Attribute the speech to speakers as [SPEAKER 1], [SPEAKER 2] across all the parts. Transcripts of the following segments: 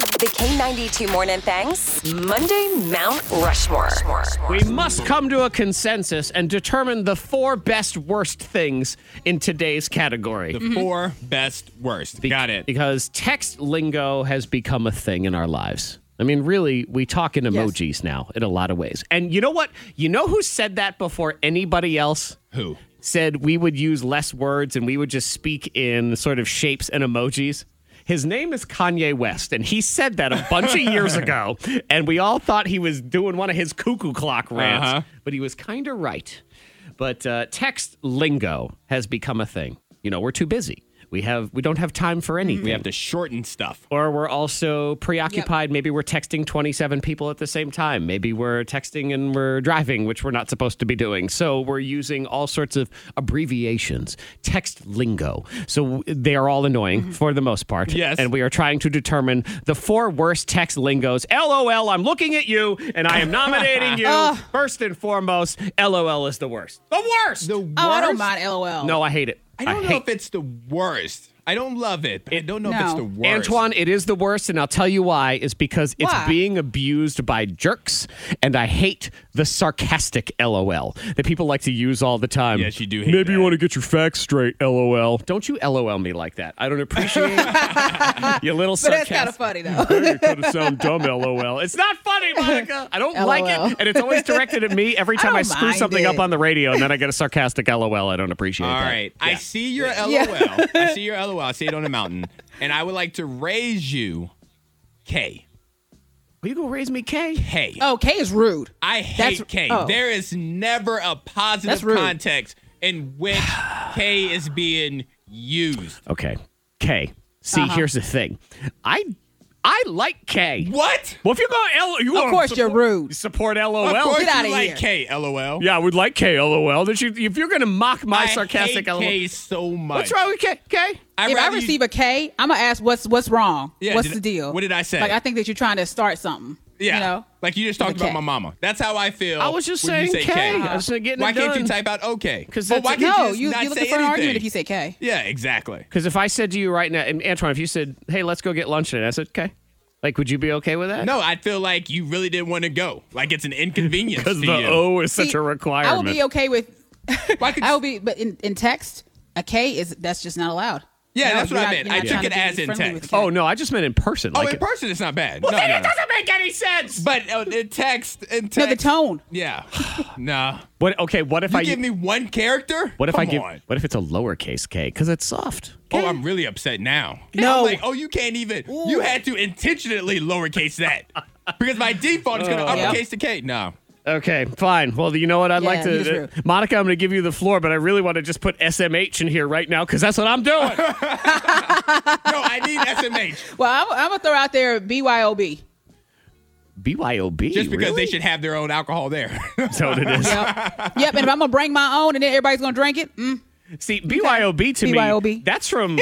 [SPEAKER 1] The K92 Morning Thangs, Monday Mount Rushmore.
[SPEAKER 2] We must come to a consensus and determine the four best worst things in today's category.
[SPEAKER 3] Mm-hmm.
[SPEAKER 4] The four best worst. Got it.
[SPEAKER 2] Because text lingo has become a thing in our lives. I mean, really, we talk in emojis now in a lot of ways. And you know what? You know who said that before anybody else?
[SPEAKER 4] Who?
[SPEAKER 2] Said we would use less words and we would just speak in sort of shapes and emojis. His name is Kanye West, and he said that a bunch of years ago. And we all thought he was doing one of his cuckoo clock rants,
[SPEAKER 4] Uh-huh.
[SPEAKER 2] but he was kind of right. But uh, text lingo has become a thing. You know, we're too busy. We have we don't have time for anything
[SPEAKER 4] We have to shorten stuff.
[SPEAKER 2] or we're also preoccupied. Maybe we're texting 27 people at the same time. Maybe we're texting and we're driving, which we're not supposed to be doing. So we're using all sorts of abbreviations, text lingo. So they are all annoying for the most part.
[SPEAKER 4] Mm-hmm. Yes.
[SPEAKER 2] And we are trying to determine the four worst text lingos. LOL, I'm looking at you and I am nominating
[SPEAKER 4] Oh.
[SPEAKER 2] you. First and foremost, LOL is the worst. The worst.
[SPEAKER 4] The worst.
[SPEAKER 3] Oh, I don't mind. LOL.
[SPEAKER 2] no, I hate it.
[SPEAKER 4] I don't know
[SPEAKER 2] hate
[SPEAKER 4] if it's the worst. I don't love it. But I don't know if
[SPEAKER 3] No.
[SPEAKER 4] it's the worst.
[SPEAKER 2] Antoine, it is the worst, and I'll tell you why. Is because it's
[SPEAKER 3] Why?
[SPEAKER 2] being abused by jerks, and I hate the sarcastic LOL that people like to use all the time.
[SPEAKER 4] Yes, you do hate
[SPEAKER 2] Maybe you
[SPEAKER 4] that.
[SPEAKER 2] want to get your facts straight. LOL. Don't you LOL me like that. I don't appreciate you little
[SPEAKER 3] But that's
[SPEAKER 2] sarcastic.
[SPEAKER 3] kind of funny though.
[SPEAKER 2] You're gonna sound dumb, LOL. It's not funny, Monica. I don't like
[SPEAKER 3] LOL.
[SPEAKER 2] it, and it's always directed at me every time I,
[SPEAKER 3] don't
[SPEAKER 2] screw
[SPEAKER 3] mind
[SPEAKER 2] something
[SPEAKER 3] it.
[SPEAKER 2] up on the radio, and then I get a sarcastic LOL. I don't appreciate
[SPEAKER 4] All
[SPEAKER 2] that.
[SPEAKER 4] right. I see your LOL.
[SPEAKER 3] Yeah.
[SPEAKER 4] I see your LOL. I see it on a mountain. And I would like to raise you K.
[SPEAKER 2] Will you go raise me K?
[SPEAKER 4] Hey.
[SPEAKER 3] Oh, K is rude.
[SPEAKER 4] I
[SPEAKER 3] That's-
[SPEAKER 4] hate K.
[SPEAKER 3] oh.
[SPEAKER 4] There is never a positive
[SPEAKER 3] That's rude.
[SPEAKER 4] context in which K is being used.
[SPEAKER 2] Okay. K. See, here's the thing. I I like K.
[SPEAKER 4] What?
[SPEAKER 2] Well, if you're going L, you
[SPEAKER 4] Oh,
[SPEAKER 3] Of
[SPEAKER 2] wanna
[SPEAKER 3] course you're
[SPEAKER 2] support,
[SPEAKER 3] rude.
[SPEAKER 2] Support
[SPEAKER 4] Of
[SPEAKER 2] LOL.
[SPEAKER 4] course
[SPEAKER 3] Get outta
[SPEAKER 4] you like
[SPEAKER 3] here.
[SPEAKER 4] K. LOL.
[SPEAKER 2] Yeah, I would like K. LOL. That you, if you're going to mock my
[SPEAKER 4] I
[SPEAKER 2] sarcastic
[SPEAKER 4] hate
[SPEAKER 2] LOL,
[SPEAKER 4] K so much.
[SPEAKER 2] what's wrong with K? K?
[SPEAKER 4] I'd
[SPEAKER 3] if I
[SPEAKER 4] rather you-
[SPEAKER 3] receive a K, I'm gonna ask what's what's wrong.
[SPEAKER 4] Yeah,
[SPEAKER 3] what's
[SPEAKER 4] did-
[SPEAKER 3] the deal?
[SPEAKER 4] what did I say?
[SPEAKER 3] Like I think that you're trying to start something.
[SPEAKER 4] Yeah.
[SPEAKER 3] You know.
[SPEAKER 4] Like you just talked
[SPEAKER 3] With a
[SPEAKER 4] about
[SPEAKER 3] K.
[SPEAKER 4] my mama. That's how I feel.
[SPEAKER 2] I was just
[SPEAKER 4] when you
[SPEAKER 2] saying
[SPEAKER 4] say
[SPEAKER 2] K. I was just getting
[SPEAKER 4] Why
[SPEAKER 2] it
[SPEAKER 4] can't you
[SPEAKER 2] done.
[SPEAKER 4] type out okay?
[SPEAKER 2] 'Cause
[SPEAKER 4] Well,
[SPEAKER 2] that's
[SPEAKER 4] why
[SPEAKER 2] a-
[SPEAKER 4] can't
[SPEAKER 3] no,
[SPEAKER 4] you, just
[SPEAKER 3] you
[SPEAKER 4] not
[SPEAKER 3] you're looking
[SPEAKER 4] say
[SPEAKER 3] for an
[SPEAKER 4] anything?
[SPEAKER 3] argument if you say K.
[SPEAKER 4] Yeah, exactly.
[SPEAKER 2] Because if I said to you right now, and Antoine, if you said, "Hey, let's go get lunch," and I said, "Okay," like, would you be okay with that?
[SPEAKER 4] No, I feel like you really didn't want to go. Like it's an inconvenience
[SPEAKER 2] because
[SPEAKER 4] to
[SPEAKER 2] the
[SPEAKER 4] you.
[SPEAKER 2] O is
[SPEAKER 3] See,
[SPEAKER 2] such a
[SPEAKER 3] I will
[SPEAKER 2] requirement.
[SPEAKER 3] be okay with.
[SPEAKER 4] Why could
[SPEAKER 3] I will be, but in, in text, a K is that's just not allowed.
[SPEAKER 4] Yeah,
[SPEAKER 3] No,
[SPEAKER 4] that's what
[SPEAKER 3] you're
[SPEAKER 4] I
[SPEAKER 3] not-
[SPEAKER 4] meant.
[SPEAKER 3] you're
[SPEAKER 4] I
[SPEAKER 3] not
[SPEAKER 4] took
[SPEAKER 3] trying to
[SPEAKER 4] it
[SPEAKER 3] be
[SPEAKER 4] as in
[SPEAKER 3] friendly
[SPEAKER 4] text.
[SPEAKER 3] with K.
[SPEAKER 2] oh no, I just meant in person.
[SPEAKER 4] oh,
[SPEAKER 2] like
[SPEAKER 4] in person it's not bad.
[SPEAKER 2] Well,
[SPEAKER 4] no,
[SPEAKER 2] then
[SPEAKER 4] no,
[SPEAKER 2] it
[SPEAKER 4] no.
[SPEAKER 2] doesn't make any sense.
[SPEAKER 4] But uh, in text, in text,
[SPEAKER 3] no, the tone.
[SPEAKER 4] Yeah, nah.
[SPEAKER 2] what? Okay, what if
[SPEAKER 4] You
[SPEAKER 2] I
[SPEAKER 4] give me one character?
[SPEAKER 2] What if
[SPEAKER 4] Come
[SPEAKER 2] I give?
[SPEAKER 4] on.
[SPEAKER 2] What if it's a lowercase K? Because it's soft.
[SPEAKER 4] Oh, I'm really upset now.
[SPEAKER 3] No.
[SPEAKER 4] I'm like, oh, you can't even. You had to intentionally lowercase that because by default it's gonna
[SPEAKER 2] Uh.
[SPEAKER 3] yeah.
[SPEAKER 4] uppercase the K. No.
[SPEAKER 2] Okay, fine. Well, you know what? I'd
[SPEAKER 3] Yeah,
[SPEAKER 2] like
[SPEAKER 3] he's
[SPEAKER 2] to, uh,
[SPEAKER 3] rude.
[SPEAKER 2] Monica. I'm going to give you the floor, but I really want to just put SMH in here right now because that's what I'm doing.
[SPEAKER 4] No, I need SMH
[SPEAKER 3] Well, I'm, I'm gonna throw out there BYOB.
[SPEAKER 2] BYOB.
[SPEAKER 4] just because
[SPEAKER 2] really?
[SPEAKER 4] they should have their own alcohol there.
[SPEAKER 2] That's what it is.
[SPEAKER 3] Yep. yep. And if I'm gonna bring my own, and then everybody's gonna drink it. Mm.
[SPEAKER 2] See, BYOB to me,
[SPEAKER 3] BYOB.
[SPEAKER 2] that's from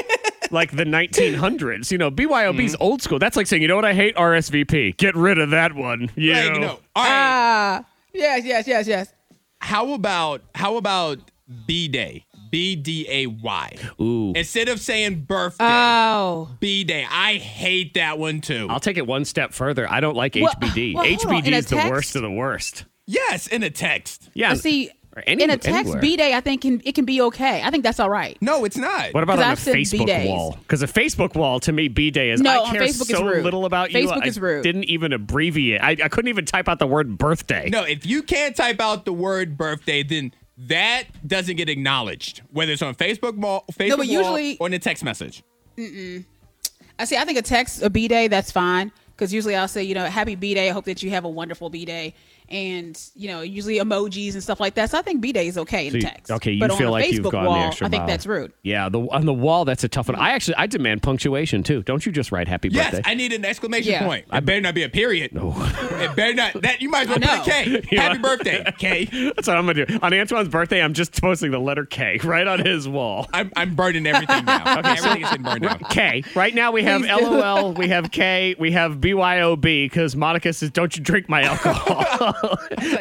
[SPEAKER 2] like the 1900s. You know, BYOB's old school. That's like saying, you know what? I hate RSVP. Get rid of that one. You
[SPEAKER 4] Like,
[SPEAKER 2] know.
[SPEAKER 4] no. All right.
[SPEAKER 3] Ah. yes. Yes. Yes. Yes.
[SPEAKER 4] how about how about B Day? B D A Y.
[SPEAKER 2] Ooh. Ah.
[SPEAKER 4] Instead of saying birthday,
[SPEAKER 3] Oh.
[SPEAKER 4] B Day. I hate that one too.
[SPEAKER 2] I'll take it one step further. I don't like
[SPEAKER 3] Well,
[SPEAKER 2] HBD.
[SPEAKER 3] well, hold on.
[SPEAKER 2] HBD
[SPEAKER 3] In a
[SPEAKER 2] is the
[SPEAKER 3] text?
[SPEAKER 2] worst of the worst.
[SPEAKER 4] yes, in a text.
[SPEAKER 2] Yeah.
[SPEAKER 3] But see,
[SPEAKER 2] or any-
[SPEAKER 3] in a text
[SPEAKER 2] anywhere.
[SPEAKER 3] B day, I think can it can be okay. I think that's all right.
[SPEAKER 4] No, it's not.
[SPEAKER 2] What about
[SPEAKER 3] 'Cause
[SPEAKER 2] on a
[SPEAKER 3] I've said
[SPEAKER 2] Facebook
[SPEAKER 3] B-days.
[SPEAKER 2] wall? Because a Facebook wall to me, B day is
[SPEAKER 3] No,
[SPEAKER 2] I
[SPEAKER 3] on
[SPEAKER 2] care
[SPEAKER 3] Facebook is
[SPEAKER 2] so
[SPEAKER 3] rude.
[SPEAKER 2] little about you.
[SPEAKER 3] Facebook
[SPEAKER 2] I
[SPEAKER 3] is rude.
[SPEAKER 2] Didn't even abbreviate. I, I couldn't even type out the word birthday.
[SPEAKER 4] No, if you can't type out the word birthday, then that doesn't get acknowledged, whether it's on Facebook, wall, Facebook
[SPEAKER 3] but
[SPEAKER 4] wall,
[SPEAKER 3] usually-
[SPEAKER 4] or in a text message.
[SPEAKER 3] I see. I think a text a B day that's fine because usually I'll say you know happy B day. I hope that you have a wonderful B day, and you know usually emojis and stuff like that. So I think B day is okay in
[SPEAKER 2] So you-
[SPEAKER 3] text.
[SPEAKER 2] Okay, you
[SPEAKER 3] but
[SPEAKER 2] feel
[SPEAKER 3] on a
[SPEAKER 2] like
[SPEAKER 3] Facebook
[SPEAKER 2] you've gone
[SPEAKER 3] wall,
[SPEAKER 2] the extra
[SPEAKER 3] I think
[SPEAKER 2] mile.
[SPEAKER 3] that's rude.
[SPEAKER 2] Yeah, the on the wall that's a tough one. I actually I demand punctuation too. Don't you just write happy
[SPEAKER 4] Yes,
[SPEAKER 2] birthday?
[SPEAKER 4] I need an exclamation
[SPEAKER 3] Yeah.
[SPEAKER 4] point. It better not be a period. No. It better not. That you might as well
[SPEAKER 3] I
[SPEAKER 4] put a K.
[SPEAKER 2] You
[SPEAKER 4] Happy
[SPEAKER 2] are-
[SPEAKER 4] birthday, K.
[SPEAKER 2] That's what I'm gonna do. On Antoine's birthday, I'm just posting the letter K right on his wall.
[SPEAKER 4] I'm, I'm burning everything down. Okay, everything is getting burned down.
[SPEAKER 2] K. Right now we have LOL, we have K, we have BYOB because Monica says, "Don't you drink my alcohol?"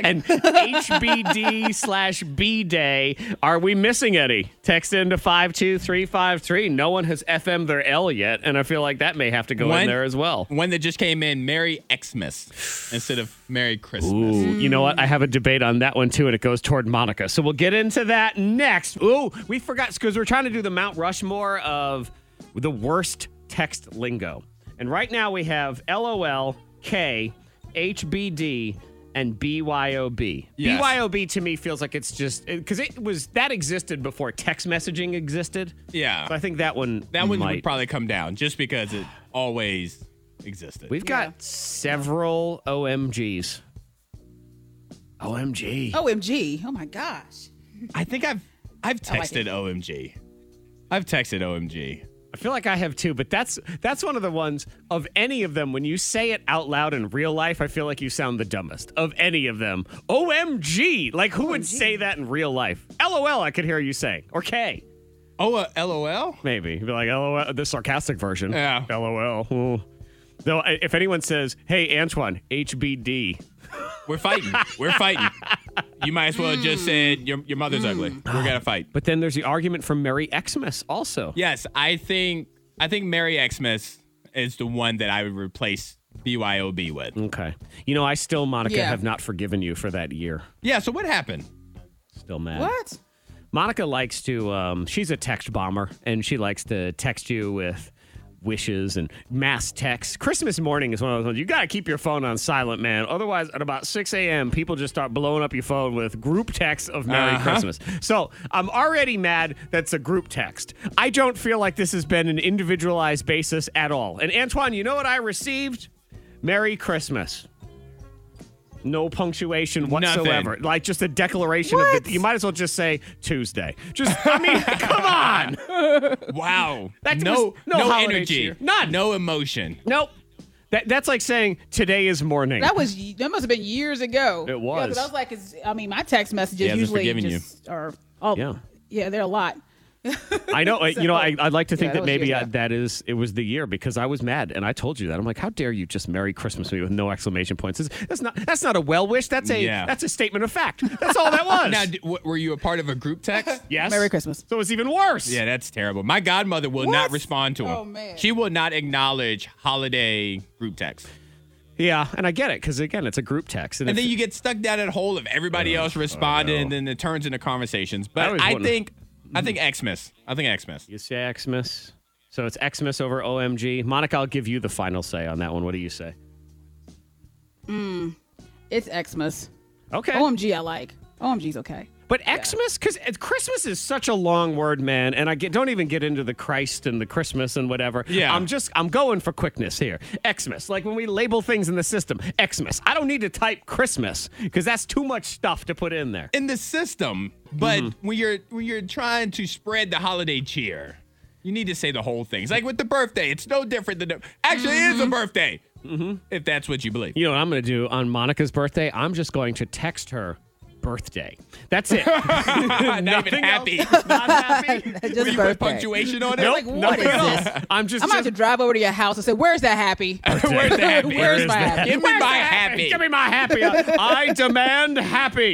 [SPEAKER 2] and HBD slash B Day. Are we missing any? Text into 52353. No one has FM their L yet, and I feel like that may have to go in there as well.
[SPEAKER 4] One that just came in, Merry Xmas instead of Merry Christmas.
[SPEAKER 2] Ooh, you know what? I have a debate on that one too, and it goes toward Monica. So we'll get into that next. Ooh, we forgot because we're trying to do the Mount Rushmore of the worst text lingo. And right now we have LOL, K, HBD, and BYOB.
[SPEAKER 4] Yes.
[SPEAKER 2] BYOB to me feels like it's just because it was that existed before text messaging existed.
[SPEAKER 4] Yeah.
[SPEAKER 2] So I think that one
[SPEAKER 4] That one
[SPEAKER 2] might.
[SPEAKER 4] would probably come down just because it always existed.
[SPEAKER 2] We've got several OMGs. OMG.
[SPEAKER 3] OMG. Oh my gosh.
[SPEAKER 4] I think I've I've
[SPEAKER 2] Oh,
[SPEAKER 3] like
[SPEAKER 4] texted
[SPEAKER 3] it.
[SPEAKER 4] OMG. I've texted OMG.
[SPEAKER 2] I feel like I have too, but that's that's one of the ones of any of them. When you say it out loud in real life, I feel like you sound the dumbest of any of them. OMG! Like who would say that in real life? LOL, I could hear you saying, or K,
[SPEAKER 4] Oh, uh, LOL.
[SPEAKER 2] maybe. You'd be like LOL, the sarcastic version.
[SPEAKER 4] Yeah.
[SPEAKER 2] LOL. Ooh. Though i- if anyone says, "Hey Antoine, HBD,"
[SPEAKER 4] We're fighting. We're fighting. You might as well have just said your your
[SPEAKER 2] Hmm.
[SPEAKER 4] mother's ugly. We're gonna fight.
[SPEAKER 2] but then there's the argument from Merry Xmas also.
[SPEAKER 4] Yes, I think I think Merry Xmas is the one that I would replace BYOB with.
[SPEAKER 2] Okay. You know, I still, Monica,
[SPEAKER 3] Yeah.
[SPEAKER 2] have not forgiven you for that year.
[SPEAKER 4] Yeah. So what happened?
[SPEAKER 2] Still mad.
[SPEAKER 3] What?
[SPEAKER 2] Monica likes to. Um, she's a text bomber, and she likes to text you with wishes and mass texts. Christmas morning is one of those ones. You got to keep your phone on silent, man. Otherwise, at about 6 a.m., people just start blowing up your phone with group texts of Merry
[SPEAKER 4] Uh-huh.
[SPEAKER 2] Christmas. So I'm already mad that's a group text. I don't feel like this has been an individualized basis at all. And Antoine, you know what I received? Merry Christmas. No punctuation whatsoever. Like just a declaration of the. You might as well just say Tuesday. Just I mean, come on.
[SPEAKER 4] Wow.
[SPEAKER 2] That
[SPEAKER 4] no
[SPEAKER 2] was- no
[SPEAKER 4] no
[SPEAKER 2] holiday
[SPEAKER 4] energy.
[SPEAKER 2] cheer. None.
[SPEAKER 4] No emotion.
[SPEAKER 2] Nope. That, that's like saying today is morning.
[SPEAKER 3] That was that must have been years ago.
[SPEAKER 2] It
[SPEAKER 3] Yeah, 'cause
[SPEAKER 2] was.
[SPEAKER 3] I was like, it's, I mean, my text
[SPEAKER 4] He
[SPEAKER 3] messages
[SPEAKER 4] hasn't
[SPEAKER 3] usually
[SPEAKER 4] forgiven you.
[SPEAKER 3] just are. Oh,
[SPEAKER 2] Yeah.
[SPEAKER 3] yeah, yeah, they're a lot.
[SPEAKER 2] I know. uh, you know, I, I'd like to think that
[SPEAKER 3] Yeah, that was
[SPEAKER 2] maybe
[SPEAKER 3] years
[SPEAKER 2] I,
[SPEAKER 3] ago.
[SPEAKER 2] that is it was the year because I was mad and I told you that. I'm like, how dare you just Merry Christmas me with no exclamation points? That's- That's not that's not a well wish. That's a
[SPEAKER 4] Yeah.
[SPEAKER 2] that's a statement of fact. That's all that was.
[SPEAKER 4] Now, d- w- were you a part of a group text?
[SPEAKER 2] yes.
[SPEAKER 3] Merry Christmas.
[SPEAKER 2] So it's even worse.
[SPEAKER 4] Yeah, that's terrible. My godmother will not
[SPEAKER 3] What?
[SPEAKER 4] respond to him.
[SPEAKER 3] Oh, man.
[SPEAKER 4] She will not acknowledge holiday group text.
[SPEAKER 2] Yeah, and I get it because again, it's a group text,
[SPEAKER 4] And
[SPEAKER 2] if-
[SPEAKER 4] then you get stuck down that hole of everybody else responding, and then it turns into conversations.
[SPEAKER 2] I
[SPEAKER 4] But
[SPEAKER 2] always
[SPEAKER 4] I,
[SPEAKER 2] wonder-
[SPEAKER 4] think, I think Xmas. I think Xmas.
[SPEAKER 2] You say Xmas. So it's Xmas over OMG. Monica, I'll give you the final say on that one. What do you say?
[SPEAKER 3] It's Xmas.
[SPEAKER 2] Okay.
[SPEAKER 3] OMG, I like. OMG's okay.
[SPEAKER 2] but Xmas, because Christmas is such a long word, man. And I get, don't even get into the Christ and the Christmas and whatever.
[SPEAKER 4] Yeah.
[SPEAKER 2] I'm just, I'm going for quickness here. Xmas. Like when we label things in the system, Xmas. I don't need to type Christmas because that's too much stuff to put in there.
[SPEAKER 4] In the system, but
[SPEAKER 2] Mm-hmm.
[SPEAKER 4] when you're when you're trying to spread the holiday cheer, you need to say the whole thing. It's like with the birthday. It's no different than the, actually it is a birthday, if that's what you believe.
[SPEAKER 2] Mm-hmm. You know what I'm going to do on Monica's birthday? I'm just going to text her birthday. That's it. not
[SPEAKER 4] Not even happy.
[SPEAKER 2] Not happy.
[SPEAKER 3] Just
[SPEAKER 4] you put
[SPEAKER 3] birthday.
[SPEAKER 4] punctuation on it.
[SPEAKER 3] Nope. Like, what
[SPEAKER 2] nothing
[SPEAKER 3] is
[SPEAKER 2] at all.
[SPEAKER 3] this?
[SPEAKER 2] I'm just.
[SPEAKER 3] I'm about to drive over to your house and say, "Where's that happy?
[SPEAKER 4] Where's the happy?
[SPEAKER 3] Where's
[SPEAKER 2] is
[SPEAKER 3] my
[SPEAKER 2] that?
[SPEAKER 3] happy?
[SPEAKER 4] Give me
[SPEAKER 2] Where's
[SPEAKER 4] my
[SPEAKER 2] the
[SPEAKER 4] happy.
[SPEAKER 2] Give me my happy. I demand happy.